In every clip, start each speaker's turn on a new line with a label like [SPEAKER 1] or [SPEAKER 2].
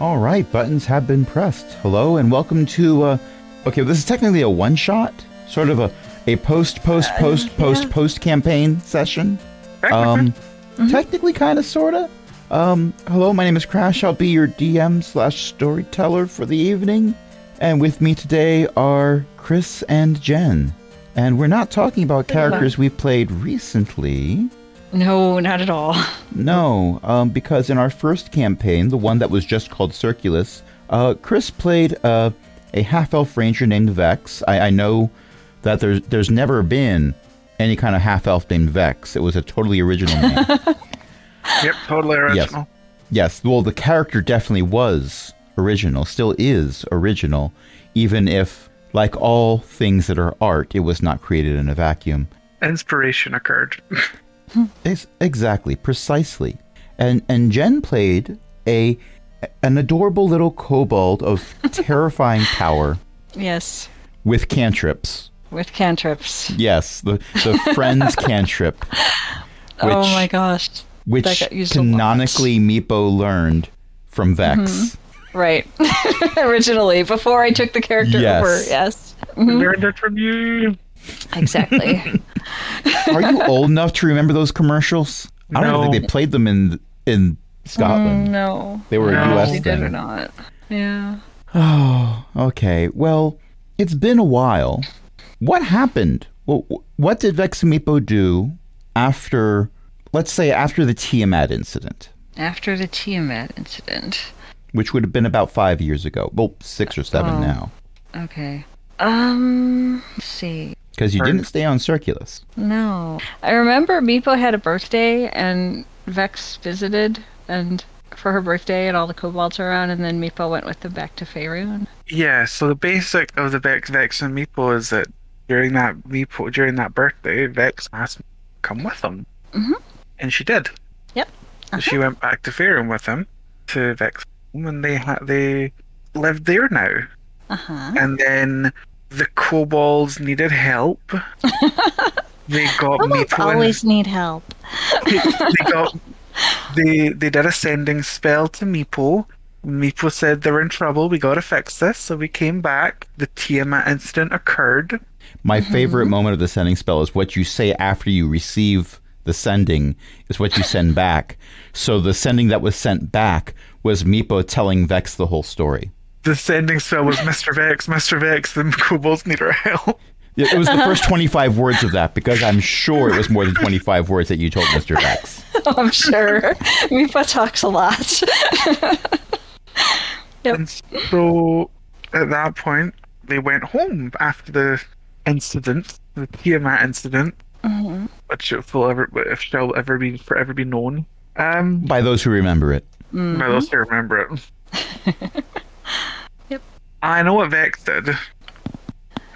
[SPEAKER 1] All right, buttons have been pressed. Hello and welcome to. Uh, okay, this is technically a one shot, sort of a, a post, post, post, post, post campaign session. Um, Technically, kind of, sort of. Um, hello, my name is Crash. I'll be your DM slash storyteller for the evening. And with me today are Chris and Jen. And we're not talking about characters we've played recently.
[SPEAKER 2] No, not at all.
[SPEAKER 1] No, um, because in our first campaign, the one that was just called Circulus, uh, Chris played uh, a half-elf ranger named Vex. I, I know that there's there's never been any kind of half-elf named Vex. It was a totally original name.
[SPEAKER 3] Yep, totally original.
[SPEAKER 1] yes, well, the character definitely was original, still is original, even if, like all things that are art, it was not created in a vacuum.
[SPEAKER 3] Inspiration occurred.
[SPEAKER 1] Ex- exactly, precisely. And and Jen played a an adorable little kobold of terrifying power
[SPEAKER 2] Yes,
[SPEAKER 1] with cantrips.
[SPEAKER 2] with cantrips.
[SPEAKER 1] Yes, the the friends cantrip, which
[SPEAKER 2] oh my gosh. that
[SPEAKER 1] which
[SPEAKER 2] got used a lot.
[SPEAKER 1] canonically Meepo learned from Vex.
[SPEAKER 2] Mm-hmm. Right. Originally, before I took the character
[SPEAKER 1] Yes.
[SPEAKER 2] over. Yes.
[SPEAKER 3] Learned it from you.
[SPEAKER 2] Exactly.
[SPEAKER 1] Are you old enough to remember those commercials? I don't even
[SPEAKER 3] No.
[SPEAKER 1] think they played them in in Scotland.
[SPEAKER 2] Mm, no.
[SPEAKER 1] They were
[SPEAKER 3] No.
[SPEAKER 1] a
[SPEAKER 2] They
[SPEAKER 1] U.S.
[SPEAKER 2] did or
[SPEAKER 1] thing.
[SPEAKER 2] not. Yeah.
[SPEAKER 1] Oh, okay. Well, it's been a while. What happened? Well, what did Veximipo do after, let's say, after the Tiamat incident,
[SPEAKER 2] After the Tiamat incident.
[SPEAKER 1] which would have been about five years ago? Well, six or seven
[SPEAKER 2] Oh.
[SPEAKER 1] now,
[SPEAKER 2] Okay. Um, let's see.
[SPEAKER 1] because you
[SPEAKER 3] Right.
[SPEAKER 1] didn't stay on Circulus.
[SPEAKER 2] No. I remember Meepo had a birthday and Vex visited and for her birthday and all the kobolds were around and then Meepo went with them back to Faerun.
[SPEAKER 3] Yeah, so the basic of the Vex, Vex and Meeple is that during that Meeple, during that birthday, Vex asked me to come with them.
[SPEAKER 2] Mhm.
[SPEAKER 3] And she did.
[SPEAKER 2] Yep. Uh-huh.
[SPEAKER 3] And She went back to Faerun with him to Vex home and they ha- they lived there now.
[SPEAKER 2] Uh-huh.
[SPEAKER 3] And then the kobolds needed help. they got
[SPEAKER 2] Kobolds
[SPEAKER 3] Meeple and
[SPEAKER 2] always need help.
[SPEAKER 3] they, they got they they did a sending spell to Meepo. Meepo said they're in trouble. We gotta fix this. So we came back. The Tiamat incident occurred.
[SPEAKER 1] My favorite moment of the sending spell is what you say after you receive the sending is what you send back. So the sending that was sent back was Meepo telling Vex the whole story.
[SPEAKER 3] The sending spell was Mr. Vex, Mr. Vex. The kobolds need our help.
[SPEAKER 1] It it was the first 25 words of that because I'm sure it was more than 25 words that you told Mr. Vex.
[SPEAKER 2] I'm sure. Mipa talks a lot.
[SPEAKER 3] And so at that point, they went home after the incident, the Tiamat incident, which will ever, if shall ever be forever be known. Um,
[SPEAKER 1] By those who remember it.
[SPEAKER 2] Mm-hmm.
[SPEAKER 3] I will still remember it.
[SPEAKER 2] Yep.
[SPEAKER 3] I know what Vex did. Um,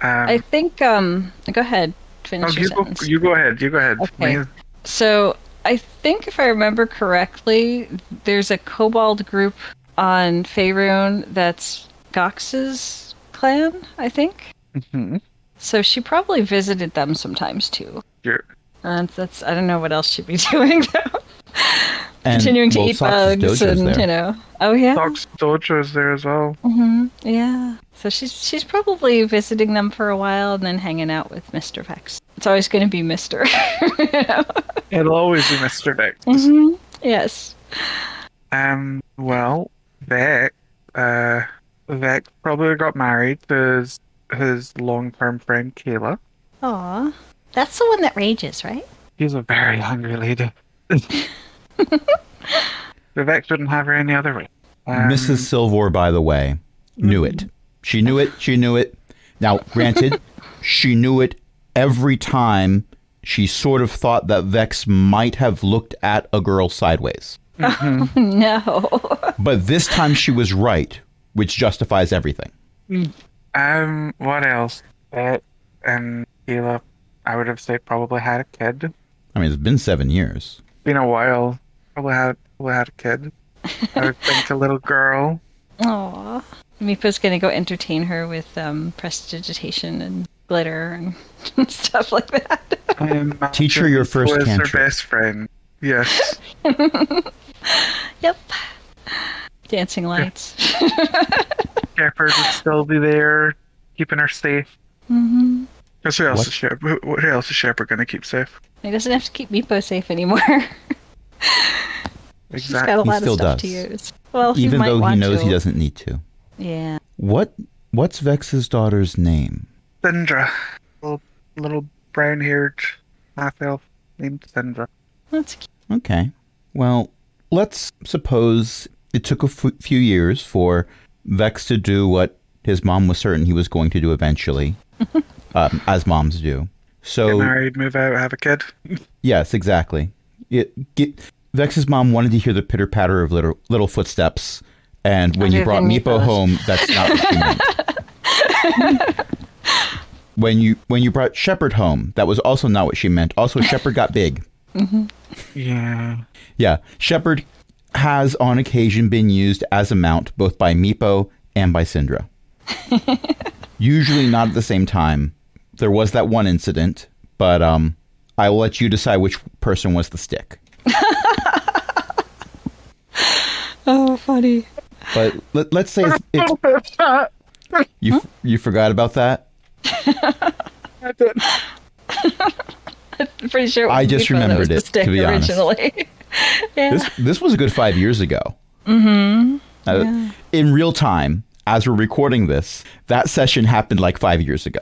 [SPEAKER 2] I think, um, go ahead, finish your
[SPEAKER 3] no, oh, you, go,
[SPEAKER 2] sentence.
[SPEAKER 3] you go ahead. You go ahead.
[SPEAKER 2] Okay.
[SPEAKER 3] Me-
[SPEAKER 2] So I think if I remember correctly, there's a kobold group on Faerun that's Gox's clan, I think.
[SPEAKER 3] Mhm.
[SPEAKER 2] So she probably visited them sometimes too.
[SPEAKER 3] You're-
[SPEAKER 2] And that's I don't know what else she'd be doing though.
[SPEAKER 1] And,
[SPEAKER 2] Continuing to
[SPEAKER 1] well,
[SPEAKER 2] eat
[SPEAKER 1] Sox's
[SPEAKER 2] bugs
[SPEAKER 1] Dojo's
[SPEAKER 2] and
[SPEAKER 1] there.
[SPEAKER 2] you know. Oh yeah.
[SPEAKER 3] Fox Dojo is there as well.
[SPEAKER 2] hmm Yeah. So she's she's probably visiting them for a while and then hanging out with Mr. Vex. It's always going to be Mr. you know?
[SPEAKER 3] It'll always be Mr. Vex.
[SPEAKER 2] Mhm. Yes.
[SPEAKER 3] Um. Well, Vex. Uh, Vex probably got married to his, his long-term friend Kayla.
[SPEAKER 2] Aw. That's the one that rages, right?
[SPEAKER 3] He's a very hungry lady. but Vex wouldn't have her any other way. Um,
[SPEAKER 1] Mrs. Silvor, by the way, knew it. She knew it. She knew it. Now, granted, she knew it every time she sort of thought that Vex might have looked at a girl sideways.
[SPEAKER 2] No.
[SPEAKER 1] But this time she was right, which justifies everything.
[SPEAKER 3] Um, what else? That and Gila, I would have said probably had a kid.
[SPEAKER 1] I mean, it's been seven years.
[SPEAKER 3] Been a while. Probably had probably had a kid. I would think a little girl.
[SPEAKER 2] Aw. Meepo's going to go entertain her with um, prestidigitation and glitter and stuff like that.
[SPEAKER 3] I imagine
[SPEAKER 1] Teach her your first
[SPEAKER 3] was her
[SPEAKER 1] cantrip.
[SPEAKER 3] best friend. Yes.
[SPEAKER 2] Yep.
[SPEAKER 4] Dancing lights.
[SPEAKER 3] Shepherd would still be there, keeping her safe.
[SPEAKER 4] hmm
[SPEAKER 2] Mm-hmm.
[SPEAKER 3] Because who else
[SPEAKER 1] What?
[SPEAKER 3] is Shep- who, who else is Shepherd going to keep safe?
[SPEAKER 4] He doesn't have to keep Meepo safe anymore. He's got a
[SPEAKER 3] Exactly.
[SPEAKER 1] He
[SPEAKER 4] lot of
[SPEAKER 1] still
[SPEAKER 4] stuff
[SPEAKER 1] does.
[SPEAKER 4] to use. Well, he
[SPEAKER 1] Even
[SPEAKER 4] might
[SPEAKER 1] though he
[SPEAKER 4] want
[SPEAKER 1] knows
[SPEAKER 4] to.
[SPEAKER 1] he doesn't need to.
[SPEAKER 4] Yeah.
[SPEAKER 1] What what's Vex's daughter's name?
[SPEAKER 3] Syndra, little, little brown-haired half elf named Syndra.
[SPEAKER 4] That's cute.
[SPEAKER 1] Okay. Well, let's suppose it took a f- few years for Vex to do what his mom was certain he was going to do eventually, um, as moms do.
[SPEAKER 3] Get
[SPEAKER 1] So,
[SPEAKER 3] married, move out, have a kid.
[SPEAKER 1] yes, exactly. It, get, Vex's mom wanted to hear the pitter patter of little, little footsteps, and when you
[SPEAKER 4] Other
[SPEAKER 1] brought
[SPEAKER 4] than
[SPEAKER 1] Meepo
[SPEAKER 4] Meepo's.
[SPEAKER 1] home, that's not what you meant. when you when you brought Shepherd home, that was also not what she meant. Also, Shepherd got big.
[SPEAKER 3] Yeah.
[SPEAKER 1] Yeah, Shepard has on occasion been used as a mount both by Meepo and by Syndra. Usually not at the same time. There was that one incident, but um, I will let you decide which person was the stick.
[SPEAKER 4] Oh, funny.
[SPEAKER 1] But let, let's say it's, it's you f- you forgot about that.
[SPEAKER 4] I'm pretty sure. it
[SPEAKER 1] I
[SPEAKER 4] was
[SPEAKER 1] just
[SPEAKER 4] Meepo that
[SPEAKER 1] remembered
[SPEAKER 4] was the
[SPEAKER 1] it, to
[SPEAKER 4] stick
[SPEAKER 1] be honest.
[SPEAKER 4] originally. yeah.
[SPEAKER 1] This this was a good five years ago. Mm-hmm. In real time, as we're recording this, that session happened like five years ago.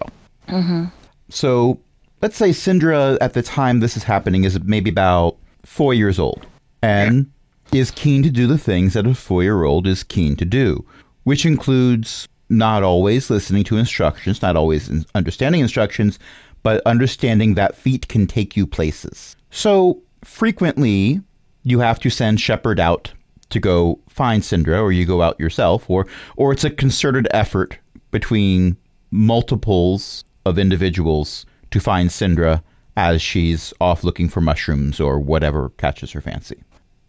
[SPEAKER 1] Mm-hmm. So let's say Syndra, at the time this is happening, is maybe about four years old and is keen to do the things that a four year old is keen to do, which includes not always listening to instructions, not always in- understanding instructions, but understanding that feet can take you places. So frequently, you have to send Shepard out to go find Syndra, or you go out yourself, or or it's a concerted effort between multiples of individuals to find Syndra as she's off looking for mushrooms or whatever catches her fancy.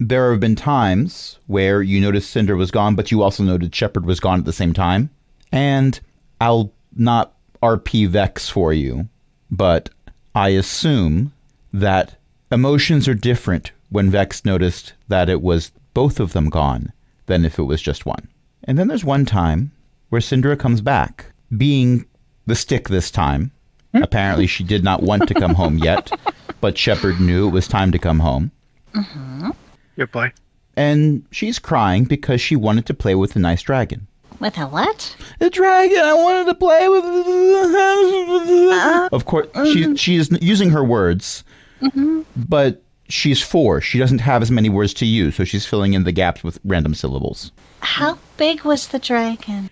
[SPEAKER 1] There have been times where you noticed Cinder was gone, but you also noted Shepard was gone at the same time. And I'll not RP Vex for you, but I assume that emotions are different when Vex noticed that it was both of them gone than if it was just one. And then there's one time where Syndra comes back, being the stick this time. Apparently, she did not want to come home yet, but Shepard knew it was time to come home
[SPEAKER 3] Good boy.
[SPEAKER 1] and she's crying because she wanted to play with a nice dragon.
[SPEAKER 4] With a what?
[SPEAKER 1] The dragon I wanted to play with. Of course, she she is using her words, but she's four. She doesn't have as many words to use, so she's filling in the gaps with random syllables.
[SPEAKER 4] How big was the dragon?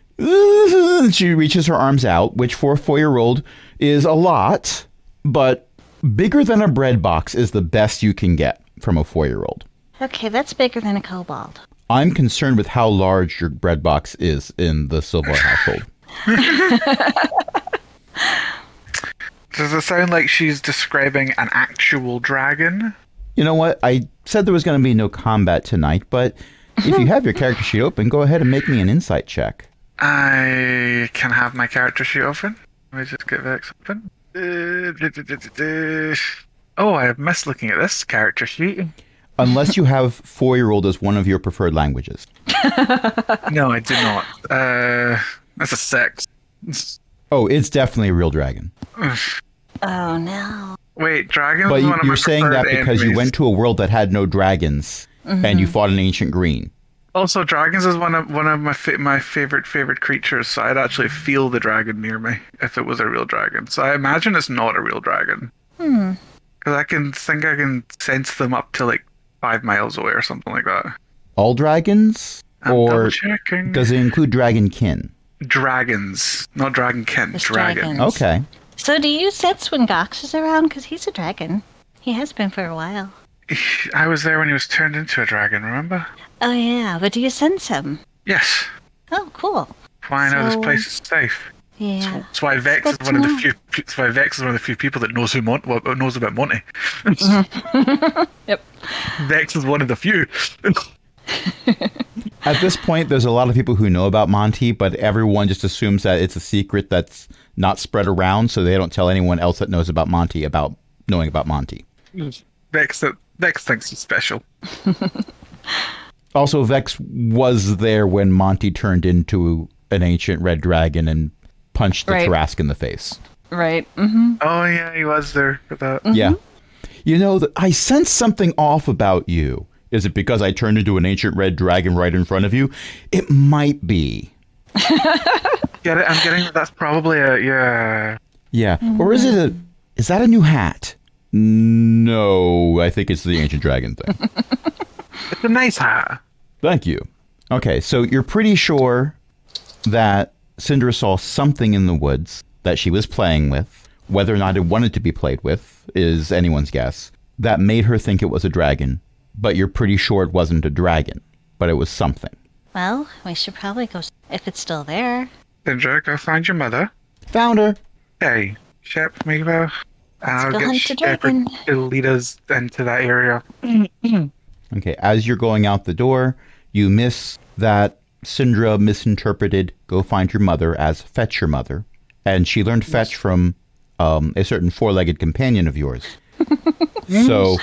[SPEAKER 1] She reaches her arms out, which for a four-year-old is a lot, but bigger than a bread box is the best you can get from a four-year-old.
[SPEAKER 4] Okay, that's bigger than a kobold.
[SPEAKER 1] I'm concerned with how large your bread box is in the Silver household.
[SPEAKER 3] Does it sound like she's describing an actual dragon?
[SPEAKER 1] You know what? I said there was going to be no combat tonight, but if you have your character sheet open, go ahead and make me an insight check.
[SPEAKER 3] I can have my character sheet open. Let me just get Vex open. Uh, duh, duh, duh, duh, duh. Oh, I have missed looking at this character sheet.
[SPEAKER 1] Unless you have four year old as one of your preferred languages.
[SPEAKER 3] No, I do not. Uh, that's a six.
[SPEAKER 1] Oh, it's definitely a real dragon.
[SPEAKER 4] Oh no.
[SPEAKER 3] Wait, dragon.
[SPEAKER 1] But
[SPEAKER 3] was
[SPEAKER 1] you,
[SPEAKER 3] one of my
[SPEAKER 1] you're saying that
[SPEAKER 3] preferred
[SPEAKER 1] because you
[SPEAKER 3] enemies.
[SPEAKER 1] went to a world that had no dragons and you fought an ancient green.
[SPEAKER 3] Also, dragons is one of one of my fa- my favorite favorite creatures. So I'd actually feel the dragon near me if it was a real dragon. So I imagine it's not a real dragon.
[SPEAKER 4] Hmm.
[SPEAKER 3] Because I can think I can sense them up to like five miles away or something like that.
[SPEAKER 1] All dragons?
[SPEAKER 3] I'm double
[SPEAKER 1] or
[SPEAKER 3] checking.
[SPEAKER 1] does it include dragonkin?
[SPEAKER 3] dragons, not dragonkin,
[SPEAKER 4] It's
[SPEAKER 3] dragon.
[SPEAKER 4] dragon.
[SPEAKER 1] Okay.
[SPEAKER 4] So do you sense when Gox is around? Because he's a dragon. He has been for a while.
[SPEAKER 3] I was there when he was turned into a dragon. Remember?
[SPEAKER 4] Oh yeah, but do you sense him?
[SPEAKER 3] Yes.
[SPEAKER 4] Oh, cool.
[SPEAKER 3] Why I know this
[SPEAKER 4] So-
[SPEAKER 3] place is safe.
[SPEAKER 4] Yeah.
[SPEAKER 3] That's why Vex
[SPEAKER 4] Good
[SPEAKER 3] is one of
[SPEAKER 4] to
[SPEAKER 3] the
[SPEAKER 4] know.
[SPEAKER 3] few. That's why Vex is one of the few people that knows who Mon- well, uh, knows about Monty.
[SPEAKER 4] Yep.
[SPEAKER 3] Vex is one of the few.
[SPEAKER 1] At this point, there's a lot of people who know about Monty, but everyone just assumes that it's a secret that's not spread around, so they don't tell anyone else that knows about Monty about knowing about Monty.
[SPEAKER 3] uh, Vex, Vex thinks he's special.
[SPEAKER 1] Also, Vex was there when Monty turned into an ancient red dragon and punched the
[SPEAKER 4] Right.
[SPEAKER 1] Tarask in the face.
[SPEAKER 4] Right. Mm-hmm.
[SPEAKER 3] Oh yeah, he was there for that.
[SPEAKER 4] Mm.
[SPEAKER 1] Yeah. You know, th- I sense something off about you. Is it because I turned into an ancient red dragon right in front of you? It might be.
[SPEAKER 3] Get it? I'm getting that's probably a yeah.
[SPEAKER 1] Yeah. Or is it a is that a new hat? No, I think it's the ancient dragon thing.
[SPEAKER 3] It's a nice hat.
[SPEAKER 1] Thank you. Okay, so you're pretty sure that Cinder saw something in the woods that she was playing with, whether or not it wanted to be played with is anyone's guess. That made her think it was a dragon, but you're pretty sure it wasn't a dragon, but it was something.
[SPEAKER 2] Well, we should probably go s- if it's still there.
[SPEAKER 3] Cinder, go find your mother.
[SPEAKER 1] Found her.
[SPEAKER 3] Hey, Shep, Mivo. I'll
[SPEAKER 2] go
[SPEAKER 3] get
[SPEAKER 2] hunt the
[SPEAKER 3] Shep or
[SPEAKER 2] dragon.
[SPEAKER 3] to lead us into that area.
[SPEAKER 1] Okay, as you're going out the door, you miss that Syndra misinterpreted go find your mother as fetch your mother. And she learned fetch from um, a certain four legged companion of yours. so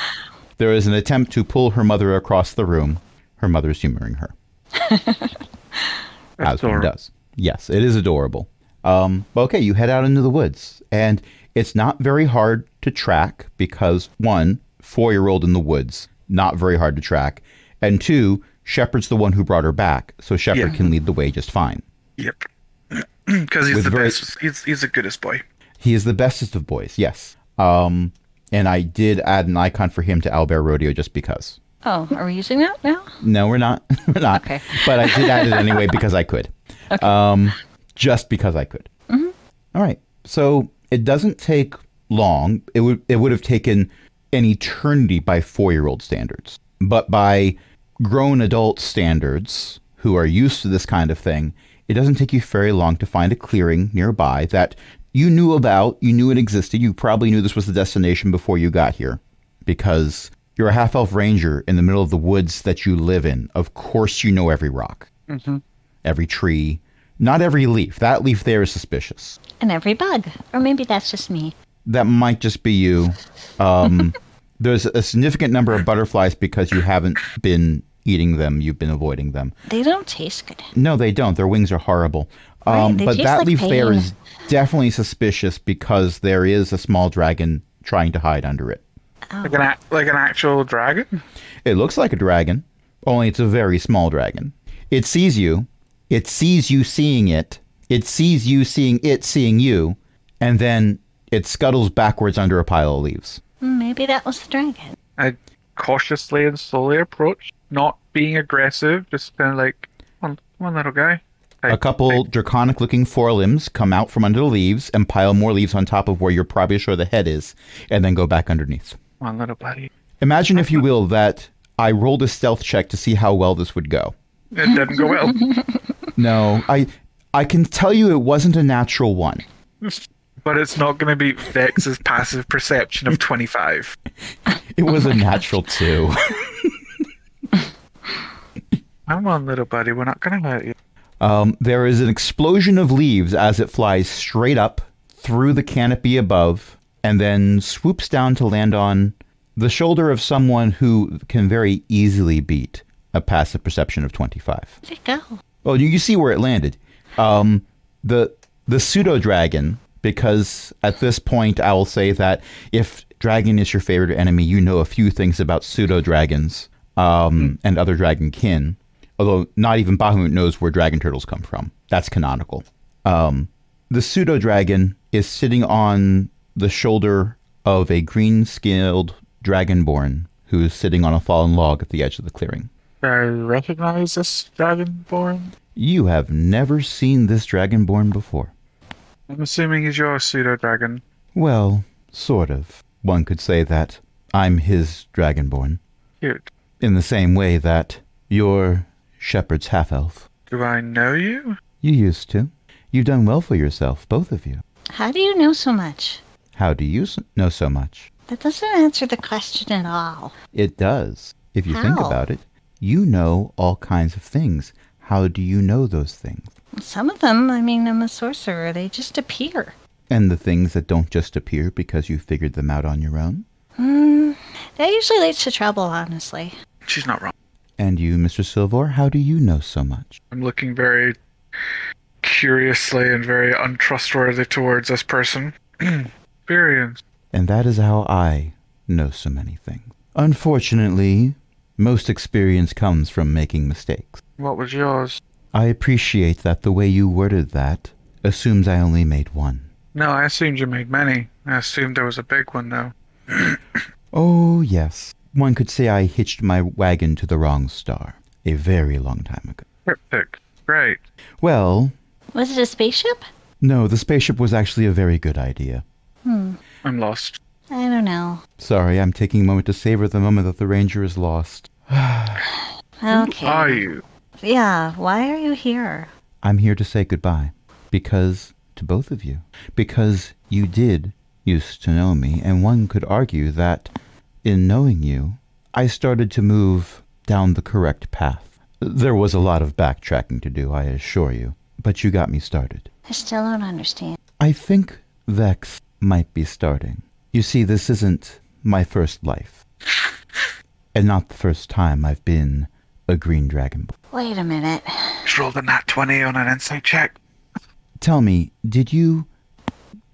[SPEAKER 1] there is an attempt to pull her mother across the room. Her mother's humoring her, as one
[SPEAKER 3] Adorable.
[SPEAKER 1] does. Yes, it is adorable. Um, but okay, you head out into the woods, and it's not very hard to track because one, four year old in the woods, not very hard to track. And two, Shepard's the one who brought her back, so Shepard
[SPEAKER 3] Yeah.
[SPEAKER 1] can lead the way just fine.
[SPEAKER 3] Yep. Because he's
[SPEAKER 1] With
[SPEAKER 3] the
[SPEAKER 1] very-
[SPEAKER 3] best. He's he's the goodest boy.
[SPEAKER 1] He is the bestest of boys, yes. Um, and I did add an icon for him to Albert Rodeo just because.
[SPEAKER 4] Oh, are we using that now?
[SPEAKER 1] No, we're not. we're not.
[SPEAKER 4] Okay.
[SPEAKER 1] But I did add it anyway because I could. Okay. Um, just because I could. All right. So it doesn't take long. It would it would have taken an eternity by four year old standards, but by grown adult standards who are used to this kind of thing, it doesn't take you very long to find a clearing nearby that you knew about. You knew it existed. You probably knew this was the destination before you got here, because you're a half elf ranger in the middle of the woods that you live in. Of course, you know every rock, every tree. Not every leaf. That leaf there is suspicious
[SPEAKER 2] And every bug. Or maybe that's just me.
[SPEAKER 1] that might just be you. Um, there's a significant number of butterflies because you haven't been eating them; you've been avoiding them.
[SPEAKER 2] They don't taste good.
[SPEAKER 1] No, they don't. Their wings are horrible. Um,
[SPEAKER 2] Right, they
[SPEAKER 1] but
[SPEAKER 2] taste
[SPEAKER 1] that
[SPEAKER 2] like
[SPEAKER 1] leaf there
[SPEAKER 2] pain.
[SPEAKER 1] is definitely suspicious because there is a small dragon trying to hide under it.
[SPEAKER 2] Oh.
[SPEAKER 3] Like an act, like an actual dragon.
[SPEAKER 1] It looks like a dragon, only it's a very small dragon. It sees you. It sees you seeing it. It sees you seeing it seeing you, and then it scuttles backwards under a pile of leaves.
[SPEAKER 4] Hmm,
[SPEAKER 2] Maybe that was the dragon.
[SPEAKER 3] I cautiously and slowly approach, not being aggressive, just kind of like one one little guy.
[SPEAKER 1] A couple draconic looking forelimbs come out from under the leaves and pile more leaves on top of where you're probably sure the head is, and then go back underneath.
[SPEAKER 3] One little bloody.
[SPEAKER 1] Imagine, if you will, that I rolled a stealth check to see how well this would go.
[SPEAKER 3] It didn't go well.
[SPEAKER 1] No, I I can tell you it wasn't a natural one.
[SPEAKER 3] But it's not going to be Vex's passive perception of 25.
[SPEAKER 1] It was a natural two.
[SPEAKER 3] Come on, little buddy, we're not going to hurt you.
[SPEAKER 1] Um, there is an explosion of leaves as it flies straight up through the canopy above and then swoops down to land on the shoulder of someone who can very easily beat a passive perception of 25.
[SPEAKER 2] Where'd it go?
[SPEAKER 1] Well, you, you see where it landed. Um, the the pseudo dragon, because at this point I will say that if dragon is your favorite enemy, you know a few things about pseudo dragons um, and other dragon kin. Although not even Bahamut knows where dragon turtles come from. That's canonical. Um, the pseudo dragon is sitting on the shoulder of a green scaled dragonborn who is sitting on a fallen log at the edge of the clearing.
[SPEAKER 3] Do I recognize this dragonborn?
[SPEAKER 1] You have never seen this dragonborn before.
[SPEAKER 3] I'm assuming he's your pseudo dragon.
[SPEAKER 1] Well, sort of. One could say that I'm his dragonborn,
[SPEAKER 3] Cute.
[SPEAKER 1] in the same way that you're Shepherd's half elf.
[SPEAKER 3] Do I know you?
[SPEAKER 1] You used to. You've done well for yourself, both of you.
[SPEAKER 2] How do you know so much?
[SPEAKER 1] How do you s- know so much?
[SPEAKER 2] That doesn't answer the question at all.
[SPEAKER 1] It does. If you think
[SPEAKER 2] How?
[SPEAKER 1] about it, you know all kinds of things. How do you know those things?
[SPEAKER 2] Some of them, I mean, I'm a sorcerer, they just appear.
[SPEAKER 1] And the things that don't just appear because you figured them out on your own?
[SPEAKER 2] Hmm, That usually leads to trouble, honestly.
[SPEAKER 3] She's not wrong.
[SPEAKER 1] And you, Mr. Silvor, how do you know so much?
[SPEAKER 3] I'm looking very curiously and very untrustworthy towards this person. Experience.
[SPEAKER 1] And that is how I know so many things. Unfortunately, most experience comes from making mistakes.
[SPEAKER 3] What was yours?
[SPEAKER 1] I appreciate that the way you worded that assumes I only made one.
[SPEAKER 3] No, I assumed you made many. I assumed there was a big one, though.
[SPEAKER 1] Oh, yes. One could say I hitched my wagon to the wrong star a very long time ago.
[SPEAKER 3] Cryptic. Great.
[SPEAKER 1] Well,
[SPEAKER 2] Was it a spaceship?
[SPEAKER 1] no, the spaceship was actually a very good idea.
[SPEAKER 3] I'm lost.
[SPEAKER 2] Hmm, I don't know.
[SPEAKER 1] Sorry, I'm taking a moment to savor the moment that the ranger is lost.
[SPEAKER 2] Okay.
[SPEAKER 3] Are you?
[SPEAKER 2] Yeah, why are you here?
[SPEAKER 1] I'm here to say goodbye. Because, to both of you, because you did used to know me, and one could argue that, in knowing you, I started to move down the correct path. There was a lot of backtracking to do, I assure you, but you got me started.
[SPEAKER 2] I still don't understand.
[SPEAKER 1] I think Vex might be starting. You see, this isn't my first life. And not the first time I've been a green dragon.
[SPEAKER 2] Wait a minute.
[SPEAKER 3] Just rolled a nat 20 on an insight check.
[SPEAKER 1] Tell me, did you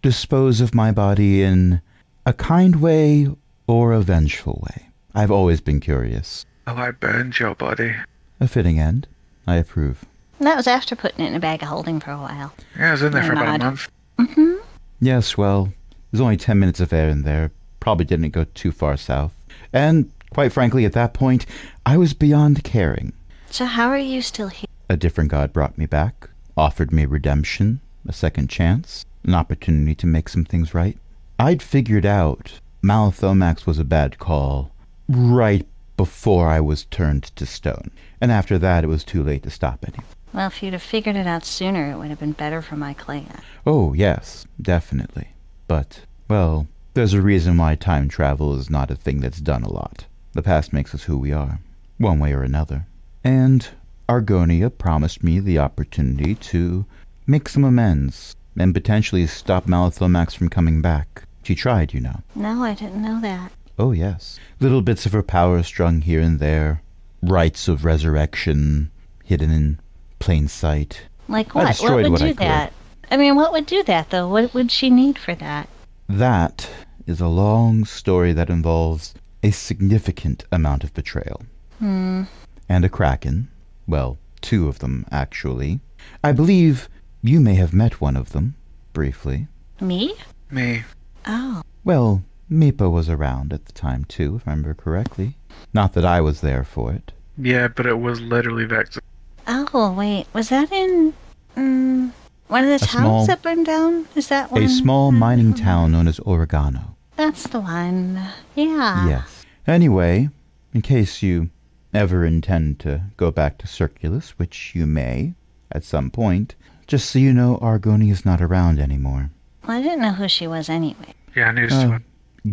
[SPEAKER 1] dispose of my body in a kind way or a vengeful way? I've always been curious.
[SPEAKER 3] Oh, I burned your body.
[SPEAKER 1] A fitting end. I approve.
[SPEAKER 2] That was after putting it in a bag of holding for a while.
[SPEAKER 3] Yeah, I was in there for about a
[SPEAKER 4] Nod.
[SPEAKER 3] month.
[SPEAKER 1] Yes, well, there's only 10 minutes of air in there. Probably didn't go too far south. And, quite frankly, at that point, I was beyond caring.
[SPEAKER 2] So how are you still here?
[SPEAKER 1] A different god brought me back, offered me redemption, a second chance, an opportunity to make some things right. I'd figured out Malathomax was a bad call right before I was turned to stone. And after that, it was too late to stop anything.
[SPEAKER 2] Well, if you'd have figured it out sooner, it would have been better for my clan.
[SPEAKER 1] Oh, yes, definitely. But, well, there's a reason why time travel is not a thing that's done a lot. The past makes us who we are, one way or another. And Argonia promised me the opportunity to make some amends and potentially stop Malathomax from coming back. She tried, you know.
[SPEAKER 2] No, I didn't know that.
[SPEAKER 1] Oh, yes. Little bits of her power strung here and there. Rites of resurrection, hidden in plain sight.
[SPEAKER 2] Like
[SPEAKER 1] I
[SPEAKER 2] what? What
[SPEAKER 1] destroyed
[SPEAKER 2] would
[SPEAKER 1] what I
[SPEAKER 2] do
[SPEAKER 1] could.
[SPEAKER 2] that? I mean, what would do that though? What would she need for that?
[SPEAKER 1] That is a long story that involves a significant amount of betrayal.
[SPEAKER 2] Hmm.
[SPEAKER 1] And a kraken. Well, two of them, actually. I believe you may have met one of them, briefly.
[SPEAKER 2] Me?
[SPEAKER 3] Me.
[SPEAKER 2] Oh,
[SPEAKER 1] Well, Meepo was around at the time, too, if I remember correctly. Not that I was there for it.
[SPEAKER 3] Yeah, but it was literally Vex.
[SPEAKER 2] oh, wait. Was that in um, one of the
[SPEAKER 1] A
[SPEAKER 2] towns
[SPEAKER 1] small-
[SPEAKER 2] that burned down? Is that one? Hmm.
[SPEAKER 1] A small mining town known as Oregano.
[SPEAKER 2] That's the one. Yeah.
[SPEAKER 1] Yes. Anyway, in case you ever intend to go back to Circulus, which you may at some point, just so you know, Argoni is not around anymore.
[SPEAKER 2] Well, I didn't know who she was anyway.
[SPEAKER 3] Yeah, I noticed
[SPEAKER 1] Uh,
[SPEAKER 3] one.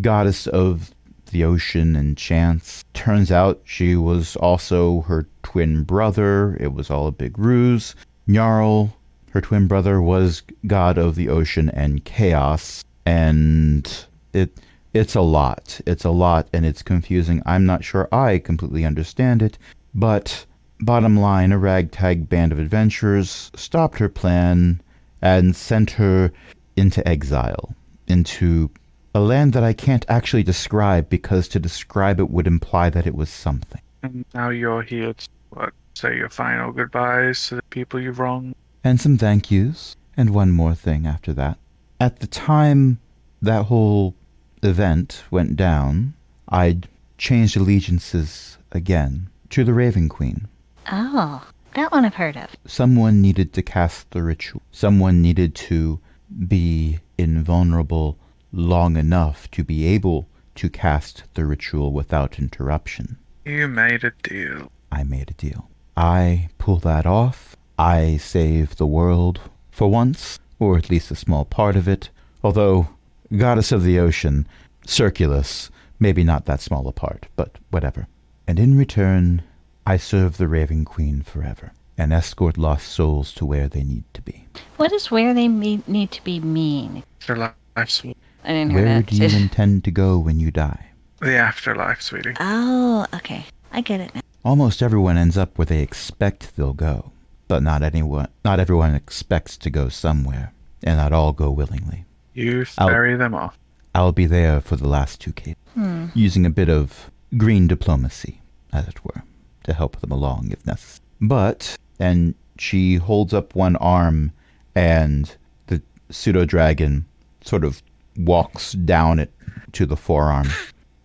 [SPEAKER 1] Goddess of the ocean and chance. Turns out she was also her twin brother. It was all a big ruse. Jarl, her twin brother, was god of the ocean and chaos. And it it's a lot. It's a lot and it's confusing. I'm not sure I completely understand it, but bottom line, a ragtag band of adventurers stopped her plan and sent her into exile, into a land that I can't actually describe because to describe it would imply that it was something.
[SPEAKER 3] And now you're here to what, say your final goodbyes to the people you've wronged.
[SPEAKER 1] And some thank yous, and one more thing after that. At the time that whole event went down, I'd changed allegiances again to the Raven Queen.
[SPEAKER 2] Oh, that one I've heard of.
[SPEAKER 1] Someone needed to cast the ritual, someone needed to be invulnerable long enough to be able to cast the ritual without interruption.
[SPEAKER 3] You made a deal.
[SPEAKER 1] I made a deal. I pull that off. I save the world for once, or at least a small part of it. Although, goddess of the ocean, Circulus, maybe not that small a part, but whatever. And in return, I serve the Raven Queen forever and escort lost souls to where they need to be.
[SPEAKER 2] What does where they me- need to be mean?
[SPEAKER 3] It's Your life, sweet.
[SPEAKER 4] I didn't hear
[SPEAKER 1] Where
[SPEAKER 4] that.
[SPEAKER 1] do you intend to go when you die?
[SPEAKER 3] The afterlife, sweetie.
[SPEAKER 2] Oh, okay. I get it now.
[SPEAKER 1] Almost everyone ends up where they expect they'll go, but not anyone not everyone expects to go somewhere, and not all go willingly.
[SPEAKER 3] You
[SPEAKER 1] I'll-
[SPEAKER 3] ferry them off.
[SPEAKER 1] I'll be there for the last two cases, using a bit of green diplomacy, as it were, to help them along if necessary. But, and she holds up one arm, and the pseudo dragon sort of walks down it to the forearm.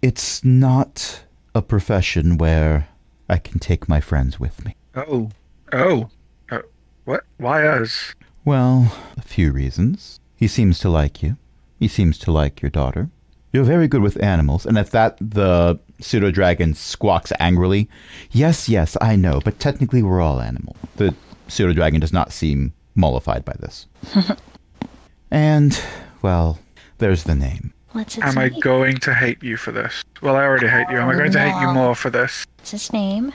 [SPEAKER 1] It's not a profession where I can take my friends with me.
[SPEAKER 3] Oh. Oh. Uh, what? Why us?
[SPEAKER 1] Well, a few reasons. He seems to like you. He seems to like your daughter. You're very good with animals, and at that, the pseudo dragon squawks angrily. Yes, yes, I know, but technically we're all animals. The pseudo dragon does not seem mollified by this. and, well, there's the name.
[SPEAKER 2] What's its
[SPEAKER 3] Am I
[SPEAKER 2] name?
[SPEAKER 3] going to hate you for this? Well, I already hate you. Am I going to hate you
[SPEAKER 2] No.
[SPEAKER 3] more for this?
[SPEAKER 2] What's his name?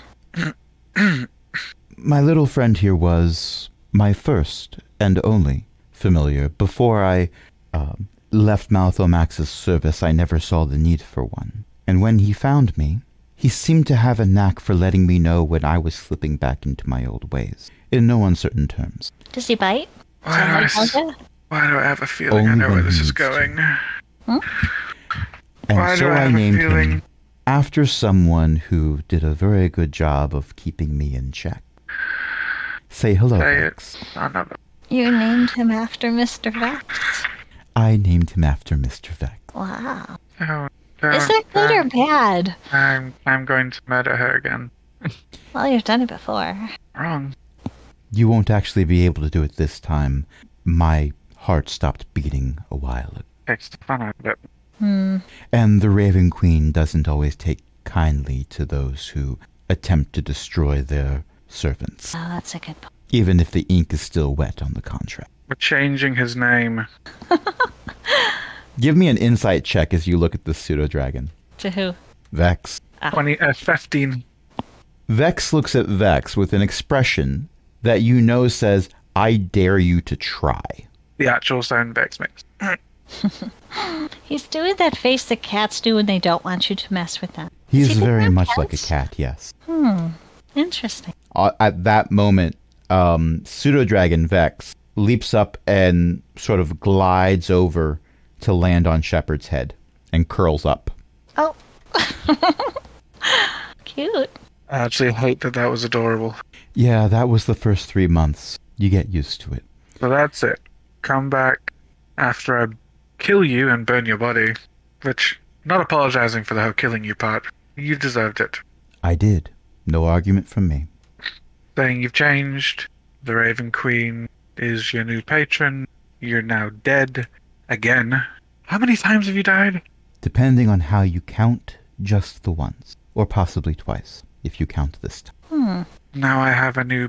[SPEAKER 1] My little friend here was my first and only familiar. Before I um, left Malthomax's service, I never saw the need for one. And when he found me, he seemed to have a knack for letting me know when I was slipping back into my old ways, in no uncertain terms.
[SPEAKER 2] Does he bite?
[SPEAKER 3] Why do, I,
[SPEAKER 2] Does he
[SPEAKER 3] s-
[SPEAKER 2] like Tonka?
[SPEAKER 3] why do I have a feeling I
[SPEAKER 1] Only
[SPEAKER 3] know where
[SPEAKER 1] when
[SPEAKER 3] this
[SPEAKER 1] he
[SPEAKER 3] is
[SPEAKER 1] needs to.
[SPEAKER 3] going?
[SPEAKER 1] And
[SPEAKER 3] Why do
[SPEAKER 1] so
[SPEAKER 3] I
[SPEAKER 1] I,
[SPEAKER 3] have a
[SPEAKER 1] named him
[SPEAKER 3] feeling-
[SPEAKER 1] after someone who did a very good job of keeping me in check. Say hello,
[SPEAKER 3] Say it.
[SPEAKER 1] Rex.
[SPEAKER 3] Another.
[SPEAKER 2] You named him after Mr. Vax.
[SPEAKER 1] I named him after Mr. Vex.
[SPEAKER 2] Wow.
[SPEAKER 3] Oh,
[SPEAKER 2] Is that good or bad?
[SPEAKER 3] I'm, I'm going to murder her again.
[SPEAKER 2] Well, you've done it before.
[SPEAKER 3] Wrong.
[SPEAKER 1] You won't actually be able to do it this time. My heart stopped beating a while ago.
[SPEAKER 3] Takes the fun out of it.
[SPEAKER 4] Hmm.
[SPEAKER 1] And the Raven Queen doesn't always take kindly to those who attempt to destroy their servants,
[SPEAKER 2] Oh, that's a good point.
[SPEAKER 1] even if the ink is still wet on the contract.
[SPEAKER 3] We're changing his name.
[SPEAKER 1] Give me an insight check as you look at this pseudo dragon.
[SPEAKER 4] To who?
[SPEAKER 1] Vex.
[SPEAKER 3] 20, uh, 15.
[SPEAKER 1] Vex looks at Vex with an expression that you know says, I dare you to try.
[SPEAKER 3] The actual sound Vex makes.
[SPEAKER 2] He's doing that face that cats do when they don't want you to mess with them.
[SPEAKER 1] He's
[SPEAKER 2] Does he
[SPEAKER 1] very
[SPEAKER 2] have
[SPEAKER 1] much like a
[SPEAKER 2] cats?
[SPEAKER 1] cat, yes.
[SPEAKER 2] Hmm. Interesting.
[SPEAKER 1] uh, at that moment, um, Pseudo Dragon Vex leaps up and sort of glides over to land on Shepard's head and curls up.
[SPEAKER 2] Oh. Cute.
[SPEAKER 3] I actually hate that that was adorable.
[SPEAKER 1] Yeah, that was the first three months. You get used to it.
[SPEAKER 3] So that's it. Come back after I kill you and burn your body. Which, not apologizing for the whole killing you part. You deserved it.
[SPEAKER 1] I did. No argument from me.
[SPEAKER 3] Saying you've changed. The Raven Queen is your new patron. You're now dead. Again. How many times have you died?
[SPEAKER 1] Depending on how you count, just the once, or possibly twice, if you count this time.
[SPEAKER 2] Hmm.
[SPEAKER 3] Now I have a new.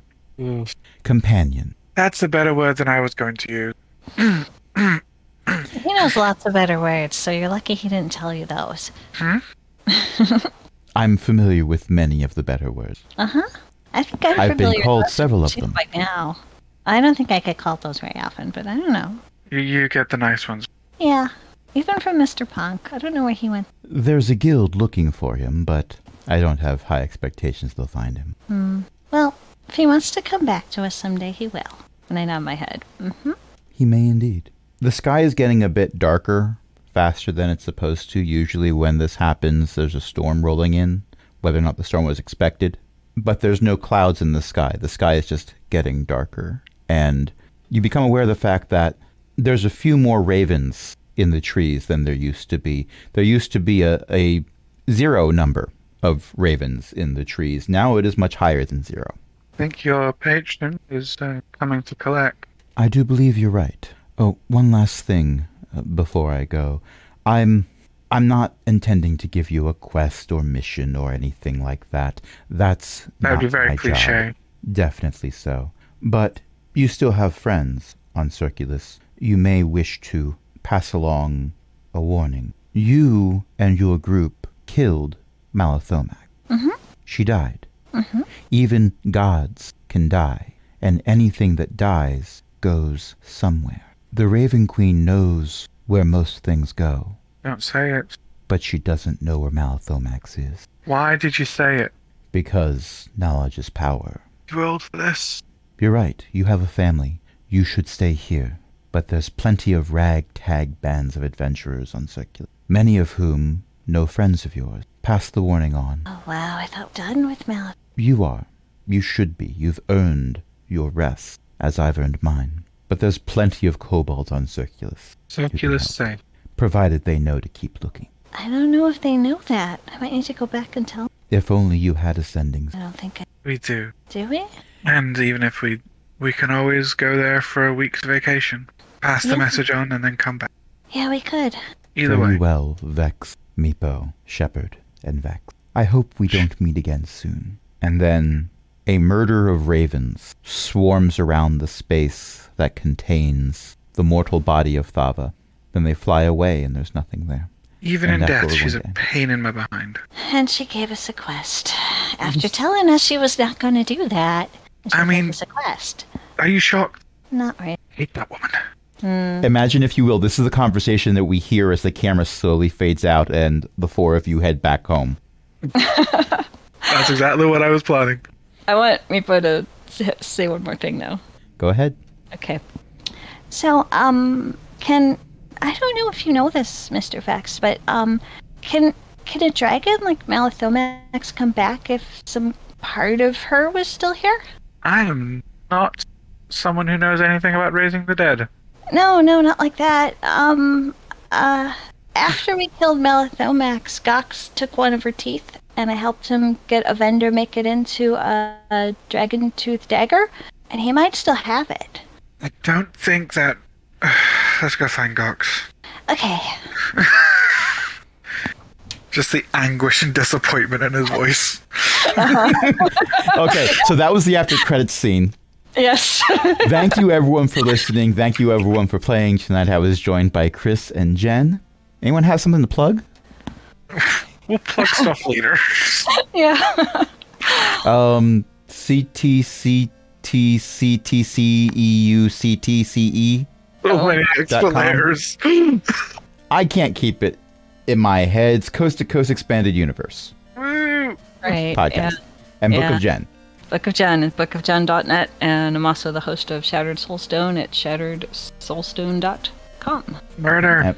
[SPEAKER 1] Companion.
[SPEAKER 3] That's a better word than I was going to use.
[SPEAKER 2] He knows lots of better words, so you're lucky he didn't tell you those.
[SPEAKER 1] I'm familiar with many of the better words.
[SPEAKER 2] Uh huh. I think I'm
[SPEAKER 1] I've been
[SPEAKER 2] familiar
[SPEAKER 1] called
[SPEAKER 2] with
[SPEAKER 1] several of
[SPEAKER 2] two
[SPEAKER 1] them.
[SPEAKER 2] by now. I don't think I get called those very often, but I don't know.
[SPEAKER 3] You, you get the nice ones.
[SPEAKER 2] Yeah. Even from Mr. Punk. I don't know where he went.
[SPEAKER 1] There's a guild looking for him, but I don't have high expectations they'll find him.
[SPEAKER 2] Well, if he wants to come back to us someday, he will. And I nod my head. Mm-hmm.
[SPEAKER 1] He may indeed. The sky is getting a bit darker faster than it's supposed to. Usually, when this happens, there's a storm rolling in, whether or not the storm was expected. But there's no clouds in the sky. The sky is just getting darker. And you become aware of the fact that there's a few more ravens in the trees than there used to be. There used to be a, a zero number of ravens in the trees. Now it is much higher than zero.
[SPEAKER 3] I think your patron is uh, coming to collect.
[SPEAKER 1] I do believe you're right. Oh, one last thing uh, before I go. I'm I'm not intending to give you a quest or mission or anything like that. That's
[SPEAKER 3] That would be
[SPEAKER 1] not
[SPEAKER 3] very
[SPEAKER 1] my
[SPEAKER 3] cliche.
[SPEAKER 1] job. Definitely so. But you still have friends on Circulus. You may wish to pass along a warning. You and your group killed Malathomac. She died. Even gods can die, and anything that dies goes somewhere. The Raven Queen knows where most things go,
[SPEAKER 3] Don't say it.
[SPEAKER 1] but she doesn't know where Malathomax is
[SPEAKER 3] Why did you say it?
[SPEAKER 1] because knowledge is power.
[SPEAKER 3] You rolled for this.
[SPEAKER 1] You're right. You have a family. You should stay here. But there's plenty of ragtag bands of adventurers on circular, many of whom no friends of yours. Pass the warning on.
[SPEAKER 2] Oh, wow. I thought done with Malif.
[SPEAKER 1] You are. You should be. You've earned your rest, as I've earned mine. But there's plenty of kobolds on Circulus,
[SPEAKER 3] Circulus say.
[SPEAKER 1] provided they know to keep looking.
[SPEAKER 2] I don't know if they know that. I might need to go back and tell.
[SPEAKER 1] If only you had ascendings.
[SPEAKER 2] I don't think I
[SPEAKER 3] We do.
[SPEAKER 2] do it.
[SPEAKER 3] And even if we we can always go there for a week's vacation. Pass the
[SPEAKER 2] Yeah.
[SPEAKER 3] message on and then come back.
[SPEAKER 2] Yeah, we could.
[SPEAKER 3] Either
[SPEAKER 1] Very
[SPEAKER 3] way.
[SPEAKER 1] well, Vex, Meepo, Shepherd, and Vex. I hope we don't meet again soon. And then a murder of ravens swarms around the space that contains the mortal body of Thava. Then they fly away and there's nothing there.
[SPEAKER 3] Even in
[SPEAKER 1] And that's
[SPEAKER 3] death
[SPEAKER 1] what we
[SPEAKER 3] she's a
[SPEAKER 1] want, yeah.
[SPEAKER 3] pain in my behind.
[SPEAKER 2] And she gave us a quest. After telling us she was not going to do that, she
[SPEAKER 3] I
[SPEAKER 2] gave
[SPEAKER 3] mean-
[SPEAKER 2] us a quest.
[SPEAKER 3] Are you shocked?
[SPEAKER 2] Not really.
[SPEAKER 3] Hate that woman.
[SPEAKER 1] Imagine, if you will, this is the conversation that we hear as the camera slowly fades out and the four of you head back home.
[SPEAKER 3] That's exactly what I was planning.
[SPEAKER 4] I want Meepo to s- say one more thing now.
[SPEAKER 1] Go ahead.
[SPEAKER 4] Okay.
[SPEAKER 2] So, um, can I don't know if you know this, Mister Vax, but um, can can a dragon like Malathomax come back if some part of her was still here?
[SPEAKER 3] I am not someone who knows anything about raising the dead.
[SPEAKER 2] No, no, not like that. Um, uh, after we killed Malathomax, Gox took one of her teeth, and I helped him get a vendor make it into a, a dragon tooth dagger, and he might still have it.
[SPEAKER 3] I don't think that. Let's go find Gox.
[SPEAKER 2] Okay,
[SPEAKER 3] Just the anguish and disappointment in his voice.
[SPEAKER 1] Okay, so that was the after credits scene.
[SPEAKER 4] Yes.
[SPEAKER 1] Thank you, everyone, for listening. Thank you, everyone, for playing. Tonight I was joined by Chris and Jen. Anyone have something to plug?
[SPEAKER 3] We'll plug stuff later.
[SPEAKER 4] yeah.
[SPEAKER 1] Um, E CTCTCTCEUCTCE.
[SPEAKER 3] So many extra
[SPEAKER 1] Dot com.
[SPEAKER 3] layers.
[SPEAKER 1] I can't keep it in my head. It's Coast to Coast Expanded Universe
[SPEAKER 3] Woo.
[SPEAKER 4] Right.
[SPEAKER 1] podcast
[SPEAKER 4] Yeah.
[SPEAKER 1] and Book
[SPEAKER 4] Yeah.
[SPEAKER 1] of Jen.
[SPEAKER 4] Book of Jen is bookofjen.net, and I'm also the host of Shattered Soulstone at shatteredsoulstone.com.
[SPEAKER 3] Murder.
[SPEAKER 1] And-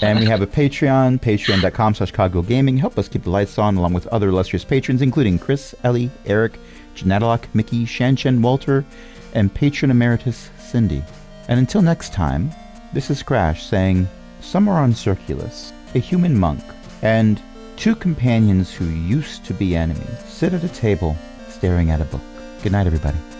[SPEAKER 1] and we have a Patreon, patreon.com slash Gaming. Help us keep the lights on along with other illustrious patrons, including Chris, Ellie, Eric, Janetalock, Mickey, Shanchen, Walter, and patron emeritus Cindy. And until next time, this is Crash saying, Somewhere on Circulus, a human monk, and two companions who used to be enemies sit at a table staring at a book. Good night, everybody.